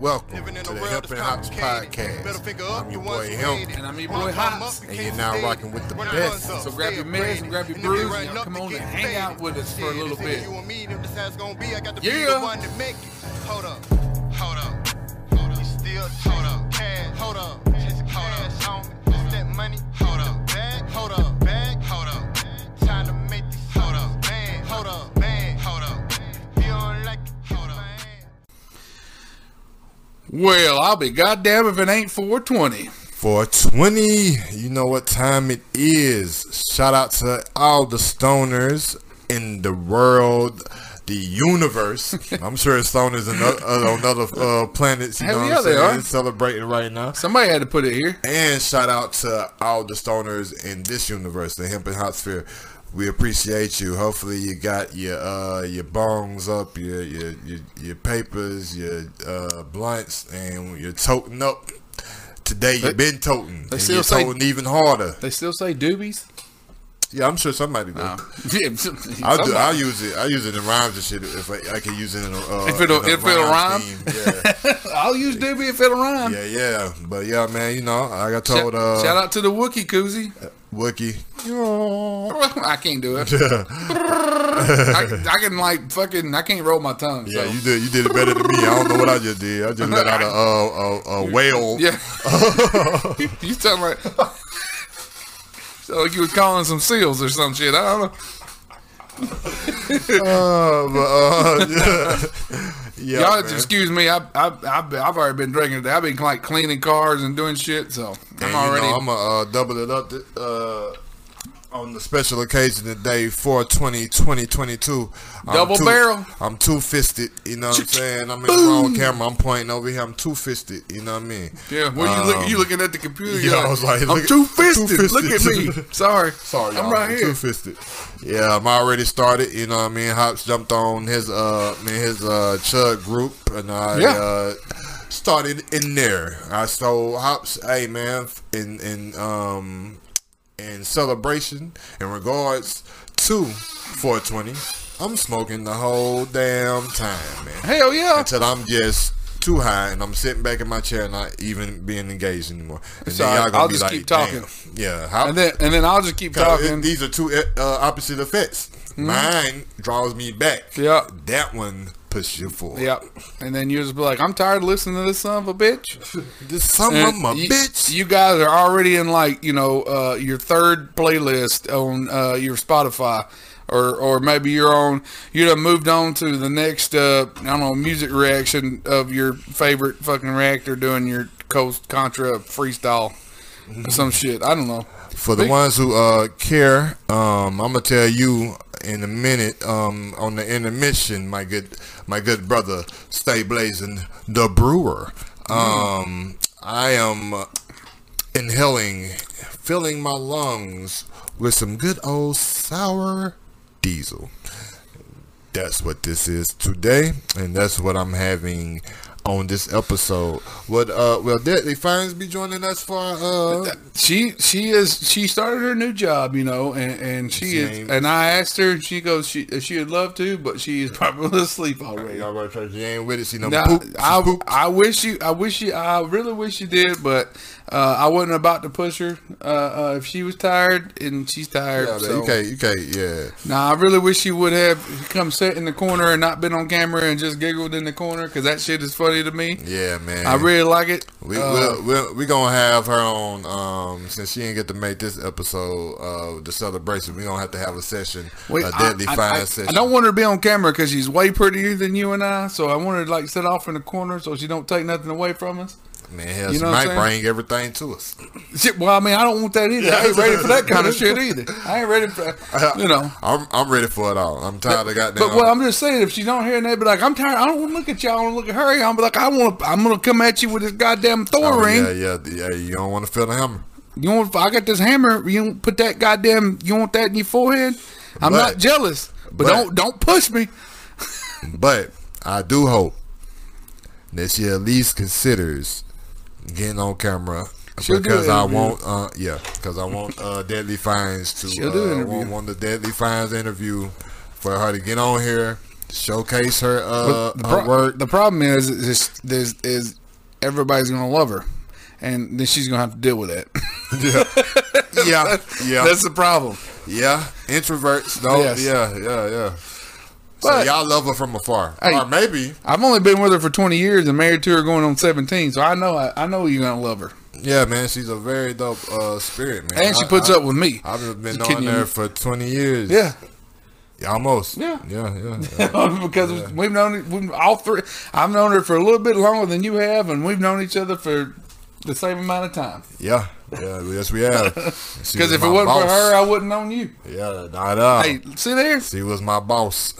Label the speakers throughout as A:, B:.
A: Welcome to the Hemp and Hops Podcast. I'm your boy Hemp,
B: And I'm your boy Hops.
A: and you're now rocking with the best.
B: So grab your meds and grab your brews and y'all come on and hang out with us for a little bit.
C: You and me, if this how it's gonna be, I got to be
B: Yeah.
C: the one to make it. Hold up, hold up, hold up. We still hold up, cash, hold up, cash on me. It's that money, hold up, bag, hold up, bag, hold up. Time to make this, hold up, man, hold up, man, hold up. If you don't like it, hold up.
B: Well, I'll be goddamn if it ain't 420.
A: 420, you know what time it is. Shout out to all the stoners in the world, the universe. I'm sure it's stoners in other, uh, on other uh, planets. You
B: Hell
A: know
B: yeah,
A: what I'm
B: they
A: saying?
B: are.
A: It's celebrating right now.
B: Somebody had to put it here.
A: And shout out to all the stoners in this universe, the hemp and hot sphere. We appreciate you. Hopefully you got your uh your bongs up, your your your, your papers, your uh blunts, and you're toting up. Today
B: They-
A: you've been toting.
B: they
A: and
B: still
A: you're
B: say-
A: toting even harder.
B: They still say doobies?
A: Yeah, I'm sure somebody do.
B: No.
A: I'll do. I'll use it. I use it in rhymes and shit if I, I can use it in a uh,
B: If it'll-
A: in a
B: if it'll
A: rhyme
B: rhyme?
A: scheme. Yeah.
B: I'll use doobie if it'll rhyme.
A: yeah, yeah. But yeah, man, you know, like I
B: Shout,
A: told uh
B: shout out to the Wookiee koozie.
A: Wookie.
B: I can't do it. I, I can like fucking. I can't roll my tongue.
A: Yeah,
B: so.
A: you did. You did it better than me. I don't know what I just did. I just let out a a, a, a whale.
B: Yeah.
A: Oh.
B: you sound like sound like you was calling some seals or some shit. I don't know.
A: Uh, but, uh, yeah. yeah
B: Y'all
A: man.
B: just excuse me. I I I've, been- I've already been drinking today. I've been like cleaning cars and doing shit. So
A: And,
B: I'm
A: you
B: already.
A: Know, I'm gonna uh, double it up. Uh, on the special occasion today, 420 2022. I'm
B: Double
A: two-
B: barrel.
A: I'm two fisted, you know what I'm saying? I'm in the wrong camera. I'm pointing over here. I'm two fisted, you know what I mean?
B: yeah. What you look? You looking at the computer?
A: Um, yeah,
B: You're
A: I was like,
B: I'm
A: look at-
B: two fisted. Look at me.
A: two-fisted.
B: Sorry.
A: Sorry,
B: I'm
A: y'all.
B: right here.
A: Two fisted. Yeah, I'm already started. You know what I mean? Hops jumped on his uh I mean, his uh chug group and I
B: Yeah.
A: uh started in there. I so Hops, hey man, f- in in um in celebration in regards to 420, I'm smoking the whole damn time, man
B: Hell yeah.
A: until I'm just too high and I'm sitting back in my chair, not even being engaged anymore. And
B: all right. I'll just keep talking.
A: "Damn." Yeah, how,
B: And then and then I'll just keep
A: Cause it-
B: talking.
A: these are two uh, opposite effects. Mine draws me back.
B: Yeah.
A: that one pushes you forward.
B: Yep. And then you just be like, I'm tired of listening to this son of a bitch.
A: This some of my
B: you,
A: bitch.
B: You guys are already in like you know uh, your third playlist on uh, your Spotify, or or maybe you're on you done moved on to the next uh, I don't know music reaction of your favorite fucking reactor doing your Coast Contra freestyle. or Some shit. I don't know.
A: For the ones who uh, care, um, I'm gonna tell you in a minute um, on the intermission, my good my good brother, stay blazing the brewer. Um, I am inhaling, filling my lungs with some good old sour diesel. That's what this is today, and that's what I'm having on this episode. What uh, will Deadly Fines be joining us for? Uh,
B: She she is she started her new job, you know, and, and she is
A: Same.
B: and I asked her and she goes she she would love to, but she is probably asleep already.
A: Y'all better try. She ain't with it. She done
B: Now,
A: poop.
B: I, I wish you, I wish you, I really wish you did, but uh, I wasn't about to push her. Uh, uh, if she was tired and she's tired,
A: Yeah, man,
B: so.
A: you can't. You can't. Yeah.
B: Nah, I really wish you would have come sit in the corner and not been on camera and just giggled in the corner because that shit is funny to me.
A: Yeah, man.
B: I really like it.
A: we
B: Uh,
A: we'll, we'll, we gonna have her on um since she ain't get to make this episode of the celebration. We gonna have to have a session,
B: wait,
A: a deadly
B: I, I-
A: fine
B: I-
A: session.
B: I don't want her to be on camera because she's way prettier than you and I. So I want her to like sit off in the corner so she don't take nothing away from us.
A: man, hell,
B: you
A: she
B: know what I'm
A: might bring everything to us.
B: Shit, well, I mean, I don't want that either. I ain't ready for that kind of shit either. I ain't ready for you know.
A: I'm I'm ready for it all. I'm tired of goddamn.
B: But well, I'm just saying, if she's not here, and they be like, "I'm tired. I don't want to look at y'all. I want to look at her. I'm be like, I want to. I'm gonna come at you with this goddamn Thor
A: Oh,
B: ring.
A: yeah, yeah, yeah. You don't want to feel the hammer.
B: You want? I got this hammer. You don't put that goddamn. You want that in your forehead? I'm
A: But-
B: not jealous, but,
A: but-
B: don't don't push me.
A: But I do hope that she at least considers getting on camera
B: She'll do
A: because
B: an
A: I
B: interview.
A: want, uh, yeah, because I want uh, Deadly Fines to
B: She'll do an
A: uh,
B: interview.
A: want, want the Deadly Fines interview for her to get on here showcase her uh,
B: But the,
A: her
B: pro-
A: work.
B: the problem is, is, is, is everybody's gonna love her, and then she's gonna have to deal with that.
A: yeah, yeah,
B: That's the problem.
A: yeah. Introverts, no,
B: Yes.
A: yeah, yeah, yeah.
B: But-
A: so y'all love her from afar,
B: Hey.
A: or maybe,
B: I've only been with her for twenty years and married to her going on seventeen, so I know I, I know you're gonna love her.
A: yeah, man. She's a very dope uh, spirit, man.
B: And she
A: I-
B: puts
A: I-
B: up with me.
A: I've just been
B: Just
A: on
B: kidding you.
A: there for twenty years.
B: yeah.
A: almost.
B: Yeah.
A: yeah, yeah. yeah.
B: because we've known we all three. I've known her for a little bit longer than you have, and we've known each other for the same amount of time.
A: Yeah, yeah, yes we have.
B: Because if it wasn't for her, I wouldn't known you.
A: yeah, nah, nah.
B: Hey, see there?
A: She was my boss.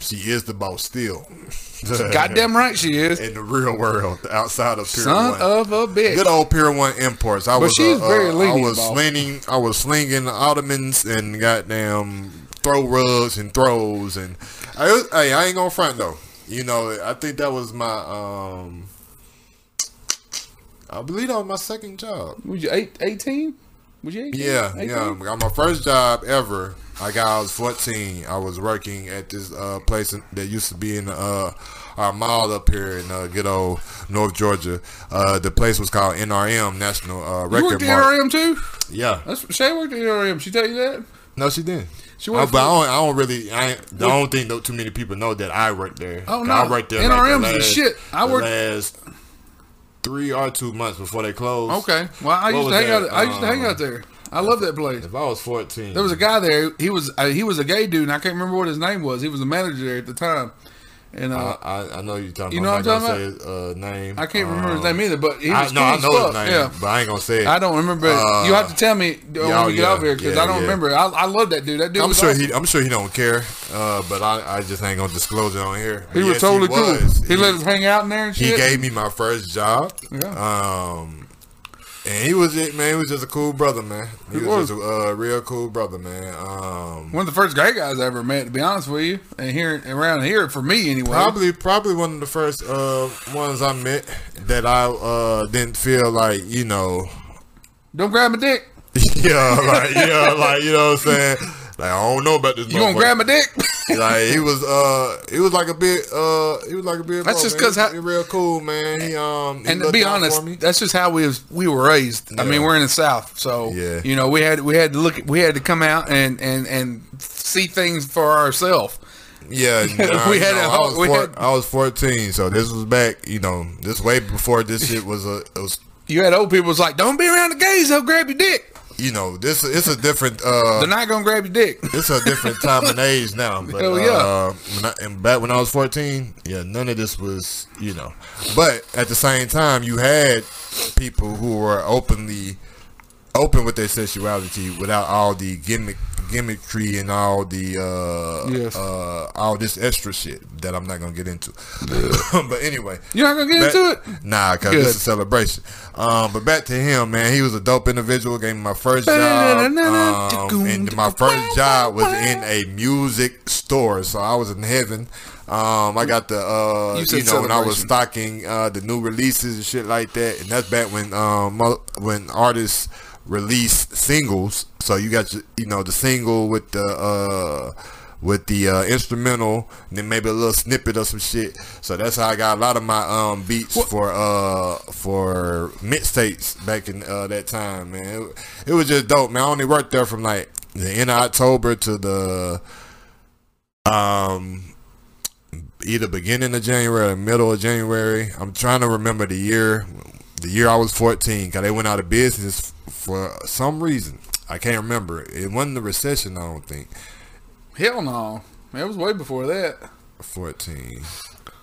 A: She is the boss still.
B: Goddamn right she is.
A: In the real world, outside of Pier
B: Son
A: One.
B: of a bitch.
A: Good old Pier One imports. I was,
B: she's
A: uh,
B: very
A: uh, I
B: lenient,
A: was
B: boss.
A: slinging, I was slinging ottomans and goddamn throw rugs and throws and. I, was- hey, I ain't gonna front though. You know, I think that was my. um I believe that was my second job.
B: Was you eight, 18? Was you 18?
A: Yeah,
B: 18?
A: yeah. I got my first job ever. Like I was 14. I was working at this uh, place in- that used to be in uh, our mall up here in uh, good old North Georgia. Uh, the place was called NRM National uh,
B: You
A: Record
B: worked at
A: Mart.
B: NRM too?
A: Yeah.
B: That's, Shay worked at NRM. She tell you that?
A: No, she didn't.
B: She
A: I,
B: worked
A: but I
B: for-
A: don't, I don't really. I, ain't- I don't think though too many people know that I worked there.
B: Oh,
A: 'Cause
B: no.
A: I worked there.
B: NRM 's
A: like
B: the shit. I
A: the
B: worked-
A: last three or two months before they closed.
B: Okay. Well, I
A: What
B: used
A: was
B: to hang out.
A: that?
B: I used to hang
A: Um,
B: out there. I love that place.
A: If I was 14,
B: There was a guy there. He was uh, he was a gay dude, and I can't remember what his name was. He was a manager there at the time, and uh,
A: I, I, I know you're talking.
B: You
A: about.
B: know
A: I'm
B: what
A: not
B: I'm
A: gonna Say his, uh, name.
B: I can't remember his
A: Um,
B: name either, but he
A: I,
B: was
A: no, I
B: skinny
A: know
B: as
A: his
B: fuck,
A: name,
B: yeah.
A: but I ain't gonna say it.
B: I don't remember.
A: Uh,
B: you have to tell me uh,
A: yeah,
B: when we get
A: yeah,
B: over here because
A: yeah,
B: I don't
A: yeah.
B: remember. I, I love that dude. That dude.
A: I'm
B: was
A: sure
B: awesome.
A: he. I'm sure he don't care. Uh, but I, I just ain't gonna disclose it on here.
B: he was
A: Yes,
B: totally cool.
A: was.
B: He, let us hang out in there and
A: he
B: shit.
A: gave me my first job.
B: Yeah.
A: Um, and he was it, man. He was just a cool brother, man. He,
B: He
A: was,
B: was.
A: just a uh, real cool brother, man. Um,
B: one of the first gay guys I ever met, to be honest with you, and here around here for me anyway.
A: Probably, probably one of the first uh, ones I met that I uh, didn't feel like you know
B: Don't grab my dick.
A: yeah, like yeah, like you know what I'm saying. Like I don't know about this.
B: You gonna grab my dick?
A: Like he was, uh, he was like a bit, uh, he was like a bit.
B: That's
A: bro,
B: just
A: man.
B: 'cause
A: He-
B: how-
A: he real cool, man. He um, he
B: and to
A: looked
B: be
A: out for
B: honest,
A: me.
B: that's just how we was, we were raised. I
A: Yeah.
B: mean, we're in the South, so
A: Yeah.
B: you know we had we had to look we had to come out and and and see things for ourselves.
A: yeah, nah,
B: we
A: you
B: had
A: know,
B: a
A: I
B: whole-
A: was
B: we
A: four,
B: had-
A: I was 14, so this was back, you know, this way before this shit was a, it was,
B: You had old people was like, "Don't be around the gays; they'll grab your dick.
A: you know, this it's a different, uh,
B: They're not gonna grab your dick."
A: it's a different time and age now. But
B: Hell yeah.
A: uh, when I, and back when I was fourteen, yeah, none of this was you know. But at the same time, you had people who were openly open with their sexuality without all the gimmick gimmickry and all the uh,
B: Yes.
A: uh, all this extra shit that I'm not gonna get into. but anyway,
B: You're not gonna get into it.
A: back- Nah, cause this
B: Good.
A: is a celebration. Um, but back to him, man. He was a dope individual. Gave me my first job, uh, um, and my first job was in a music store. So I was in heaven. Um, I got the uh,
B: You
A: you,
B: said
A: know when I was
B: celebration.
A: stocking uh, the new releases and shit like that. And that's back when um mo- when artists released singles. So you got your, you know the single with the uh with the uh, instrumental and then maybe a little snippet of some shit. So that's how I got a lot of my um beats for uh for mixtapes back in uh, that time, man. It, it was just dope, man. I only worked there from like the end of October to the um either beginning of January or middle of January. I'm trying to remember the year the year I was 14 cuz they went out of business for some reason. I can't remember. It wasn't the recession, I don't think.
B: Hell no. It was way before that.
A: 14.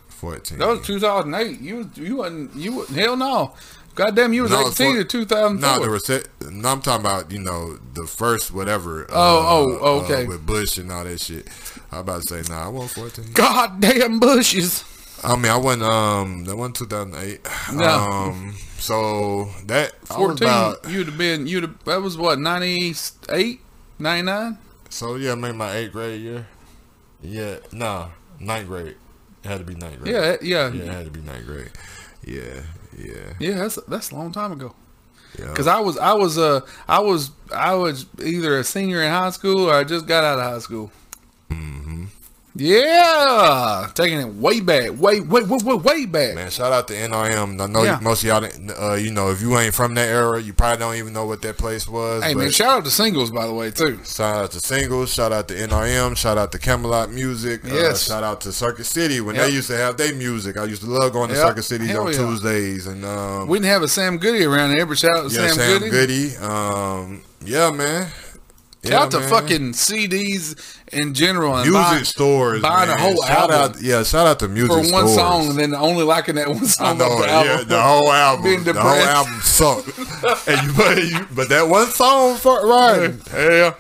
A: 14.
B: That was 2008. You was- you wasn't you wasn't, hell no. Goddamn, you was
A: No, it was
B: 18
A: four-
B: to 2004.
A: no, the rece- no, I'm talking about, you know, the first whatever. Oh,
B: oh, okay.
A: with Bush and all that shit. I about to say, nah, I wasn't 14.
B: goddamn bushes.
A: I mean, I wasn't, um, that wasn't 2008.
B: No.
A: Um, so that, 14.
B: 14. you'd have been you'd have, that was what 98, 99.
A: so yeah, I made my eighth grade year. Yeah, nah, ninth grade. It had to be ninth grade.
B: Yeah,
A: Yeah,
B: yeah.
A: it
B: Yeah,
A: had to be ninth grade. Yeah, yeah.
B: that's that's a long time ago.
A: yeah.
B: Cuz I was I was uh I was
A: Mm-hmm.
B: I was either a senior in high school or I just got out of high school. Yeah, taking it way back, way, way, way, way, way back.
A: Man, shout out to NRM. I know
B: Yeah.
A: most of y'all, didn't- uh, you know, if you ain't from that era, you probably don't even know what that place was.
B: hey,
A: but
B: man, shout out to singles by the way too.
A: shout out to Singles. Shout out to NRM. Shout out to Camelot Music.
B: Yes.
A: Uh, shout out to Circuit City. When
B: Yep.
A: they used to have their music, I used to love going to
B: Yep.
A: Circuit City
B: Hell
A: on
B: yeah.
A: Tuesdays. And um,
B: We didn't have a Sam Goody around there, but shout out to
A: yeah,
B: Sam,
A: Sam,
B: Goody.
A: Goody. Um, yeah, man.
B: Shout
A: Yeah,
B: out to
A: man.
B: fucking CDs in general and
A: music
B: buy-
A: stores.
B: buy
A: man.
B: the whole
A: shout
B: album
A: out, yeah. Shout out to music
B: for one
A: stores.
B: song and then only liking that one
A: I
B: song
A: know,
B: off the
A: yeah,
B: album.
A: the whole album,
B: Being
A: the whole
B: depressed.
A: album sucked. and you, but, you, but that one song, fuck right?
B: Yeah.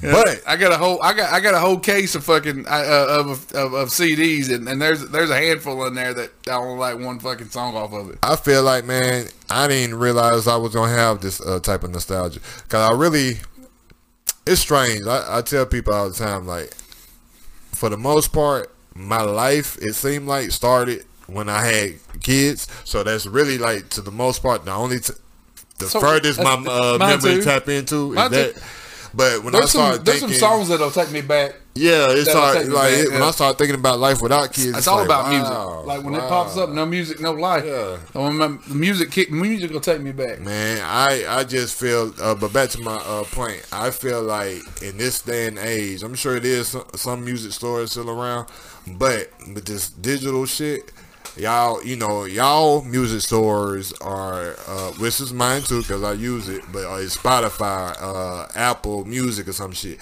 A: But
B: I got a whole I got I got a whole case of fucking I- uh, of, of of CDs and, and there's there's a handful in there that I only like one fucking song off of it.
A: I feel like, man, I didn't realize I was gonna have this uh, type of nostalgia because I really, it's strange. I, I tell people all the time, like, for the most part, my life it seemed like started when I had kids. So that's really like to the most part the only t- the
B: So,
A: furthest my
B: that's-
A: uh,
B: mine
A: memory
B: too.
A: tap into is
B: Mine too.
A: that. But when I
B: There's
A: started
B: some there's
A: thinking,
B: some songs that'll take me back.
A: yeah, it's
B: that'll take
A: hard,
B: me
A: like
B: back,
A: it, when
B: yeah.
A: I started thinking about life without kids,
B: It's all
A: like,
B: about
A: wow,
B: music. Like when it pops
A: wow.
B: up, no music, no life.
A: Yeah.
B: Oh, my, the music kick, music will take me back.
A: Man, I, I just feel, uh, but back to my uh, point, I feel like in this day and age, I'm sure it is some, some music stores still around, but with this digital shit, y'all, you know, y'all music stores are, uh, which is mine too, because I use it, but uh, it's Spotify, uh, Apple Music or some shit.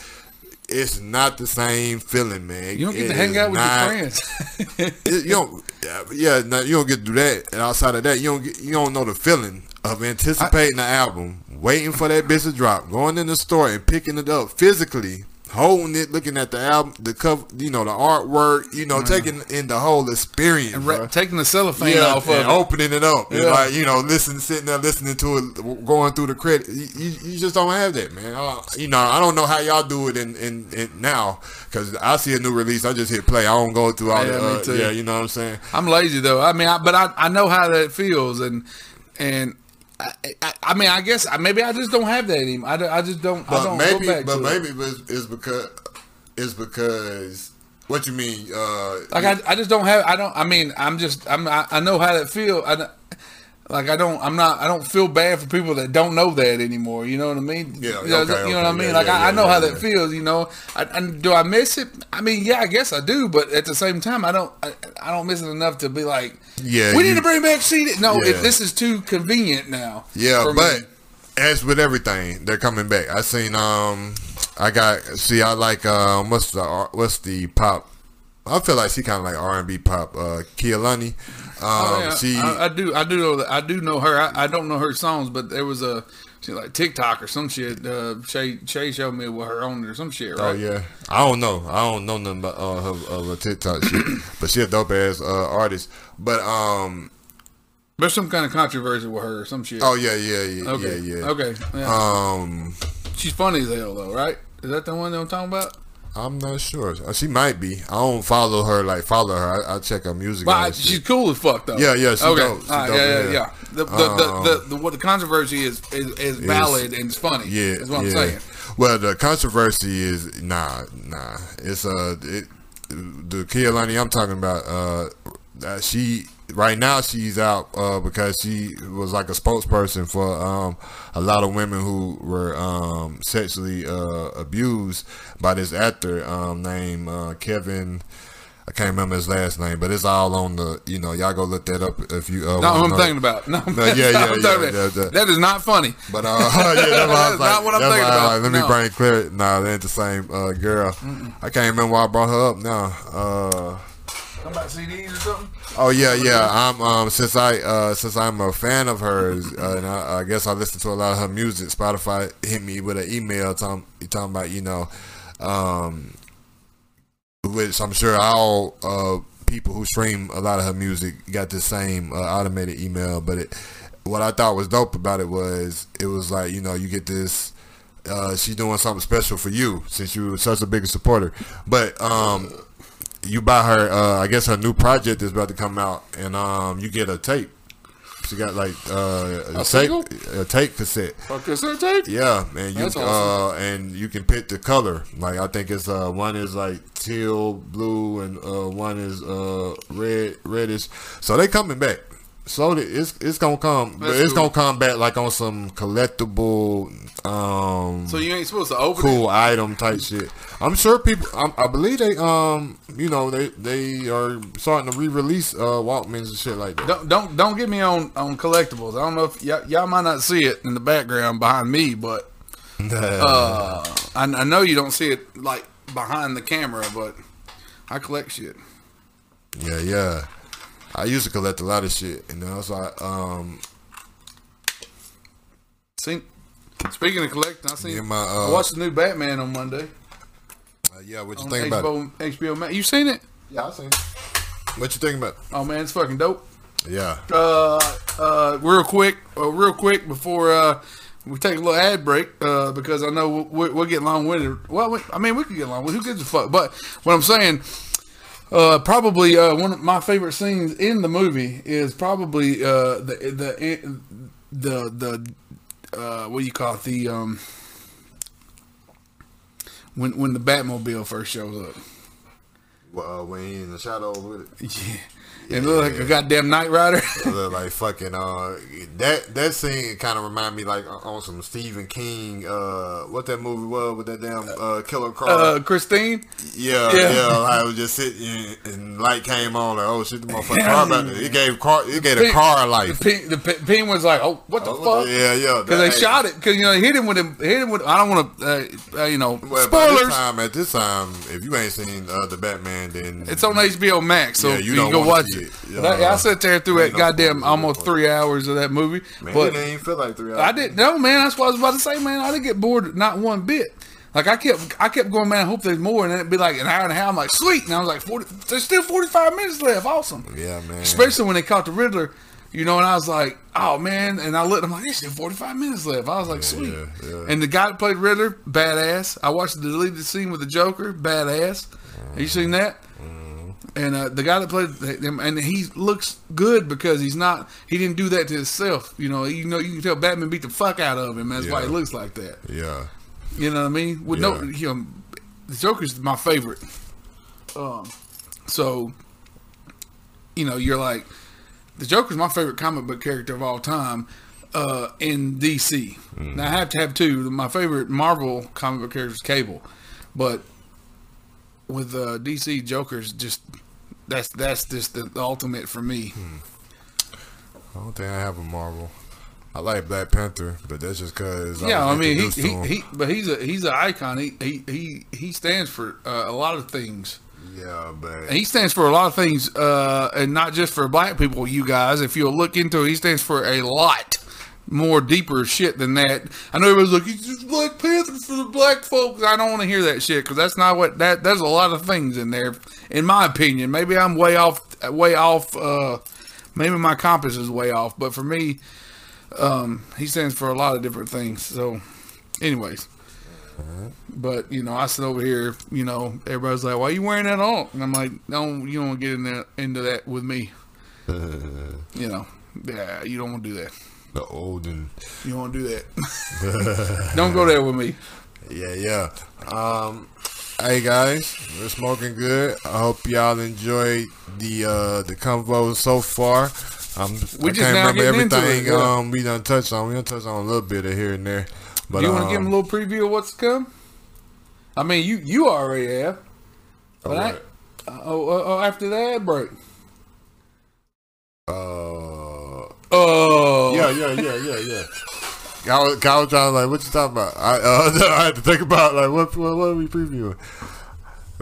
A: It's not the same feeling, man.
B: You don't get
A: It
B: to hang
A: is
B: out with
A: not-
B: your friends.
A: it- you don't, yeah, no, you don't get to do that. And outside of that, you don't get, you don't know the feeling of anticipating the album, waiting for that bitch to drop, going in the store and picking it up physically, holding it, looking at the album, the cover, you know, the artwork, you know, taking in the whole experience,
B: And
A: bruh.
B: ra- taking the cellophane
A: Yeah,
B: off of
A: and oh.
B: it.
A: opening it up, It's
B: Yeah.
A: like you know, listening, sitting there listening to it, w- going through the credit. You, you, you just don't have that, man. Uh, you know, I don't know how y'all do it in, in, in now because I see a new release, I just hit play. I don't go through all
B: Yeah,
A: the,
B: me
A: uh,
B: too.
A: yeah, you know what I'm saying.
B: I'm lazy though. I mean, I, but I, I know how that feels, and and I, I, I mean, I guess I, maybe I just don't have that anymore. I, don't- I just don't. I
A: But
B: don't
A: maybe,
B: go back
A: but
B: to it.
A: maybe it's, it's because it's because what you mean? Uh,
B: Like I, I just don't have. I don't. I mean, I'm just. I'm. I, I know how that feel. I, don't- like I don't. I'm not. I don't feel bad for people that don't know that anymore. You know what I mean?
A: Yeah,
B: You know,
A: okay,
B: you know
A: okay,
B: what I mean?
A: yeah,
B: like
A: yeah,
B: I, I
A: yeah,
B: know how
A: yeah,
B: that
A: yeah.
B: feels. You know. I, and do I miss it? I mean, yeah, I guess I do. But at the same time, I don't. I, I don't miss it enough to be like.
A: Yeah,
B: We
A: you-
B: need to bring back CD. No,
A: Yeah.
B: it, this is too convenient now.
A: Yeah,
B: for me.
A: but as with everything, they're coming back. I seen um, I got see, I like um, what's the ar- what's the pop? I feel like she kind of like R and B pop. Uh, Kehlani, um,
B: Oh, yeah.
A: she
B: I, I do. I do know that. I do know her. I, I don't know her songs, but there was a she like TikTok or some shit. Uh, Shay Shay showed me what her own or some shit. Right?
A: Oh yeah, I don't know. I don't know nothing about uh, her, uh, her TikTok shit, but she a dope ass uh, artist. But um,
B: There's some kind of controversy with her or some shit.
A: oh yeah, yeah, yeah,
B: okay.
A: yeah, yeah.
B: Okay. Yeah.
A: Um,
B: She's funny as hell though, right? Is that the one that I'm talking about?
A: I'm not sure. Uh, She might be. I don't follow her. Like follow her. I, I check her music.
B: But
A: and
B: I,
A: shit.
B: she's cool as fuck though.
A: Yeah, yeah, she
B: okay.
A: dope. She
B: All right,
A: dope
B: yeah,
A: as hell.
B: yeah,
A: Um,
B: yeah. The, the, the, the, the what the controversy is is, is valid and it's funny.
A: Yeah,
B: is what I'm
A: yeah.
B: saying.
A: Well, the controversy is nah, nah. It's uh, it, the Kehlani I'm talking about. Uh, that she right now she's out uh because she was like a spokesperson for um a lot of women who were um sexually uh abused by this actor um named uh, Kevin. I can't remember his last name, but it's all on the you know y'all go look that up if you uh,
B: Not
A: wanna
B: what I'm
A: know.
B: thinking about. No,
A: No, yeah, yeah,
B: that's not what I'm
A: yeah,
B: thinking about.
A: yeah, yeah.
B: That is not funny.
A: But uh, yeah, that's why I was
B: That's not
A: like-
B: what I'm
A: that's
B: thinking
A: why I was
B: about.
A: Like, Let
B: No.
A: me bring clear. Nah, they ain't the same uh, girl. I can't remember why I brought her up now. Uh,
B: Talking about CDs or something.
A: oh yeah, yeah. I'm um since I uh since I'm a fan of hers, uh, and I, I guess I listen to a lot of her music. Spotify hit me with an email talking talking about you know, um, which I'm sure all uh people who stream a lot of her music got the same uh, automated email. But it, what I thought was dope about it was it was like you know you get this uh, she's doing something special for you since you were such a big supporter. But um, you buy her, uh, I guess her new project is about to come out, and um, you get a tape. She got like uh, a,
B: single?
A: tape, a tape cassette.
B: Fuck this that tape.
A: Yeah, and you
B: That's
A: uh,
B: awesome.
A: and you can pick the color. Like I think it's uh one is like teal blue and uh one is uh red reddish. So they coming back. Slowly, it's it's gonna come, but
B: That's
A: it's
B: cool.
A: gonna come back like on some collectible, um,
B: So you ain't supposed to open it.
A: cool item type shit. I'm sure people, I, I believe they, um, you know, they they are starting to re-release uh Walkmans and shit like that.
B: Don't don't don't get me on on collectibles. I don't know if y'all, y'all might not see it in the background behind me, but uh, I, I know you don't see it like behind the camera, but I collect shit.
A: Yeah, yeah. I used to collect a lot of shit, you know. So I, um,
B: See, speaking of collecting, I seen
A: Yeah, my, uh,
B: I watched the new Batman on Monday
A: uh, yeah. What you
B: on
A: think about? it?
B: HBO, HBO Max. You seen it?
A: Yeah, I seen. it. What you think about? it?
B: Oh man, it's fucking dope.
A: Yeah,
B: uh, uh, real quick, uh, real quick before uh, we take a little ad break uh, because I know we're, we're getting long winded. Well, we, I mean, we could get long. Who gives a fuck? But what I'm saying, uh, probably uh, one of my favorite scenes in the movie is probably uh, the the the the uh, what do you call it? The um, when when the Batmobile first shows up.
A: well, uh, when he in the shadow with it,
B: Yeah. And look like a goddamn Knight Rider.
A: I look like fucking. Uh, that that scene kind of remind me like on on some Stephen King. Uh, what that movie was with that damn uh, killer croc.
B: Uh, Christine.
A: yeah,
B: yeah.
A: yeah. I was just sitting and- and light came on. Like, oh shit, the motherfucker car about to. It gave car. It gave a
B: Pe-
A: car
B: The,
A: life.
B: pe- the pe- penguin's like, oh, what the
A: Oh,
B: fuck?
A: Yeah, yeah.
B: Because they shot it. Because you know, they hit him with him. Hit him with. I don't want to. Uh, uh, you know,
A: Well, by this
B: spoilers.
A: time, at this time, if you ain't seen uh, the Batman, then
B: It's on HBO Max, so
A: Yeah,
B: you,
A: you don't
B: can go
A: wanna
B: watch
A: see
B: it.
A: it. Yeah.
B: That- I sat there through that
A: no
B: goddamn
A: spoilers,
B: almost
A: no spoilers.
B: three hours of that movie,
A: Man,
B: but
A: it didn't even feel like three hours.
B: I didn't. No, man, that's what I was about to say, man. I didn't get bored not one bit. Like I kept, I kept going, man. I hope there's more, and then it'd be like an hour and a half. I'm like, sweet, and I was like, 40, there's still 45 minutes left. Awesome.
A: Yeah, man.
B: Especially when they caught the Riddler, you know, and I was like, oh man, and I looked, I'm like, there's still 45 minutes left. I was like, sweet.
A: yeah, yeah.
B: And the guy that played Riddler, badass. I watched the deleted scene with the Joker, badass. Have you seen that? And uh, the guy that played him, and he looks good because he's not. He didn't do that to himself. You know, you know, you can tell Batman beat the fuck out of him. That's why he
A: Yeah.
B: looks like that.
A: Yeah.
B: You know what I mean? With no,
A: Yeah.
B: you know, the Joker's my favorite. Um, so you know, you're like, the Joker's my favorite comic book character of all time uh, in DC. Now I have to have two. My favorite Marvel comic book character is Cable, but with uh, DC, Joker's just that's that's just the, the ultimate for me.
A: I don't think I have a Marvel. I like Black Panther, but that's just because.
B: Yeah, I mean, he, he, he but he's a he's an icon. He he he, he stands for uh, a lot of things.
A: Yeah, but.
B: And He stands for a lot of things, uh, and not just for black people, you guys. If you'll look into it, he stands for a lot more deeper shit than that. I know everybody's like, he's just Black Panther for the black folks. I don't want to hear that shit because that's not what that. There's a lot of things in there, in my opinion. Maybe I'm way off, way off. Uh, maybe my compass is way off, but for me, um, he stands for a lot of different things. So, anyways. But you know, I sit over here. You know, everybody's like, "Why you wearing that on?" And I'm like, "No, you don't get in that, into that with me." you know, yeah, you don't want to do that.
A: The olden.
B: You don't want to do that. don't go there with me.
A: Yeah, yeah. Um, hey guys, we're smoking good. I hope y'all enjoyed the uh the convo so far. Um,
B: We
A: I
B: just
A: can't
B: now
A: remember
B: getting into
A: everything
B: it, yeah.
A: um we done touched on. We done touched on a little bit of here and there. But
B: Do you want to give
A: um,
B: them a little preview of what's to come? I mean, you you already have. But I,
A: what?
B: oh, oh, oh, after that break.
A: Uh,
B: Oh,
A: yeah, yeah, yeah, yeah, yeah. I was, I was trying to like, what you talking about? I uh, I had to think about like, what what, what are we previewing?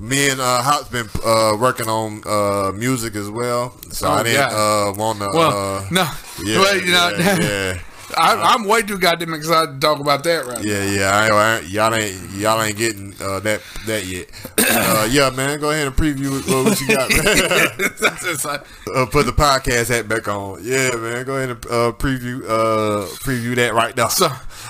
A: Me and uh, Hop's been uh, working on uh, music as well, so
B: Oh,
A: I didn't
B: yeah.
A: uh, want to.
B: Well,
A: uh,
B: no,
A: Yeah,
B: Well, you know,
A: yeah, yeah,
B: I, I'm way too goddamn excited to talk about that right now.
A: yeah, yeah. I, I, y'all ain't y'all ain't getting uh, that that yet. Uh, yeah, man, go ahead and preview what, what you got. man.
B: That's just like-
A: uh, put the podcast hat back on. Yeah, man, go ahead and uh, preview uh, preview that right now.
B: so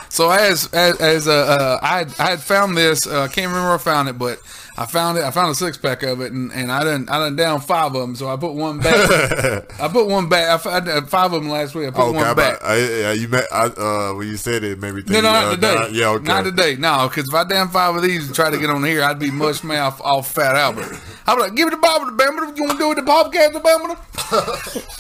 B: so as as, as uh, uh, I I had found this uh, I can't remember where I found it, but I found it. I found a six pack of it, and, and I didn't. I done down five of them, so I put one back. I put one back. I, f- I did five of them last week. I put
A: Okay,
B: one
A: I'm-
B: back.
A: I, I, you met I, uh, when you said it, maybe
B: No,
A: think.
B: no, not
A: uh,
B: today.
A: nah, yeah, okay.
B: Not today. No, because if I damn five of these and try to get on here, I'd be mush mouth off Fat Albert. I'd be like, give it the Bible to Bambada. You want to do it to Bobcat to Bambada?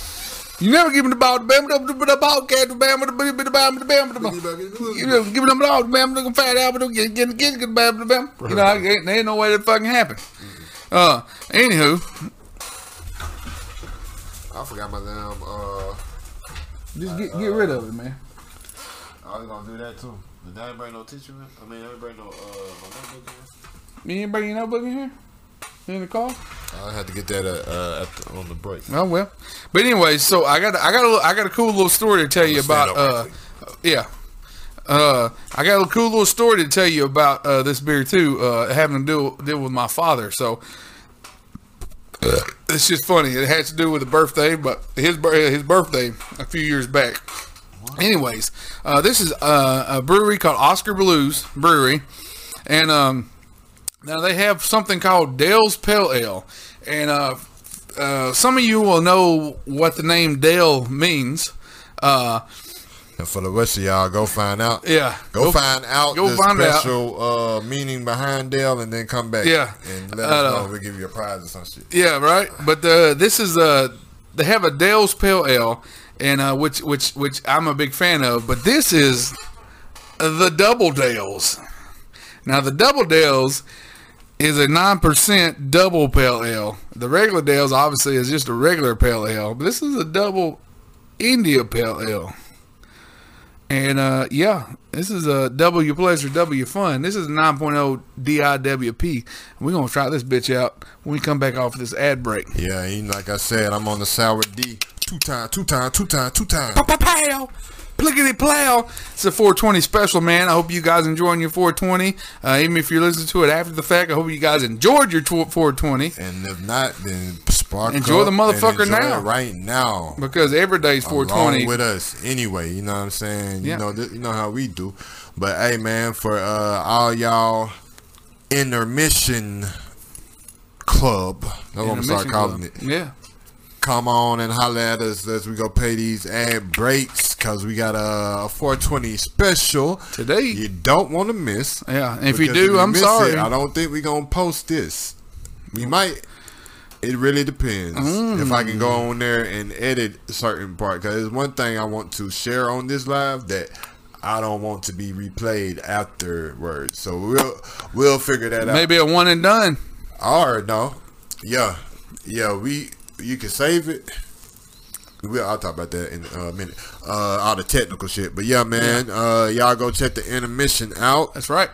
B: you never give him the Bible to Bambada, but the Bobcat to Bambada, but the Bible to Bambada. You know, give it them all to Bambada, Fat Albert, get get get get Bambada, Bambada. You know, I- ain't, there ain't no way that fucking happened. Uh, anywho,
A: I forgot my damn. Uh,
B: just get get rid of it, man.
A: I was gonna do that too. Did I bring no tissue? in? I mean, I didn't bring no uh, my notebook. in.
B: You ain't bringing your notebook in here? In the car?
A: I had to get that uh, uh, at the, on the break.
B: Oh well, but anyway, so I got I got a, I got a cool little story to tell you
A: stand
B: about.
A: up
B: Uh, yeah, uh, I got a cool little story to tell you about uh, this beer too, uh, having to deal deal with my father. So it's just funny. It has to do with a birthday, but his bir- his birthday a few years back. Anyways, uh, this is uh, a brewery called Oscar Blues Brewery, and um, now they have something called Dale's Pale Ale, and uh, uh, some of you will know what the name Dale means. Uh,
A: And for the rest of y'all, go find out.
B: yeah,
A: Go, find out
B: go
A: the
B: find out.
A: special uh, meaning behind Dell, and then come back.
B: Yeah. Uh,
A: and let
B: I
A: us
B: know.
A: know. We give you a prize or some shit.
B: Yeah, right. But uh, this is uh, they have a Dale's Pale Ale, and uh, which which which I'm a big fan of. But this is the Double Dales. Now the Double Dales is a nine percent double pale ale. The regular Dales obviously is just a regular pale ale, but this is a double India pale ale. And uh, yeah, this is a double your pleasure, double your fun. This is 9.0 DIWP. We're going to try this bitch out when we come back off this ad break.
A: Yeah, and like I said, I'm on the sour D. Two time, two time, two time, two time.
B: Pow! Plickety plow. It's a 420 special, man. I hope you guys enjoying your 420. Uh, even if you're listening to it after the fact, I hope you guys enjoyed your tw- 420
A: And if not, then spark
B: Enjoy
A: up
B: the
A: and
B: motherfucker
A: enjoy
B: now.
A: it right now.
B: because every day's
A: along
B: 420.
A: with us anyway. You know what I'm saying? You
B: Yeah.
A: know, th- you know how we do. But hey, man, for uh, all y'all intermission club, that's what I'm start
B: Intermission
A: calling
B: club.
A: it.
B: Yeah.
A: Come on and holler at us as we go pay these ad breaks because we got a 420 special
B: Today.
A: You don't want to miss.
B: Yeah, and if you
A: Because
B: do, I'm
A: miss
B: sorry.
A: it, I don't think we're gonna post this. We might. It really depends if I can go
B: Mm.
A: on there and edit a certain part. Because there's one thing I want to share on this live that I don't want to be replayed afterwards. So we'll we'll figure that out.
B: Maybe a one and done.
A: Or no, yeah, yeah. We you can save it. We I'll talk about that in uh, a minute. Uh, all the technical shit, but yeah, man. Uh, y'all go check the intermission out
B: That's right.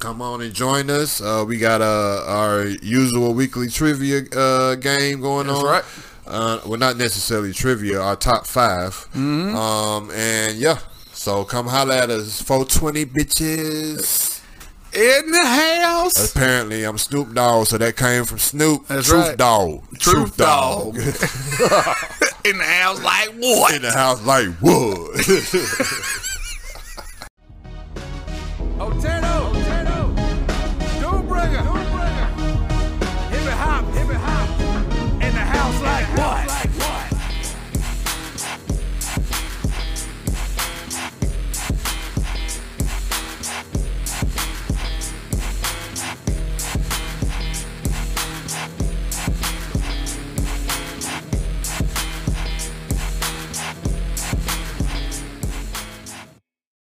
A: come on and join us. Uh, we got uh, our usual weekly trivia uh, game going
B: That's
A: on.
B: right.
A: Uh, well, not necessarily trivia. Our top 5
B: Mm-hmm.
A: Um, and yeah, so come holla at us. Four twenty bitches.
B: In the house.
A: Apparently, I'm Snoop Dogg, so that came from Snoop.
B: That's
A: Truth
B: right.
A: Dog.
B: Truth Dog.
A: Dog.
B: in the house like what?
A: In the house like wood.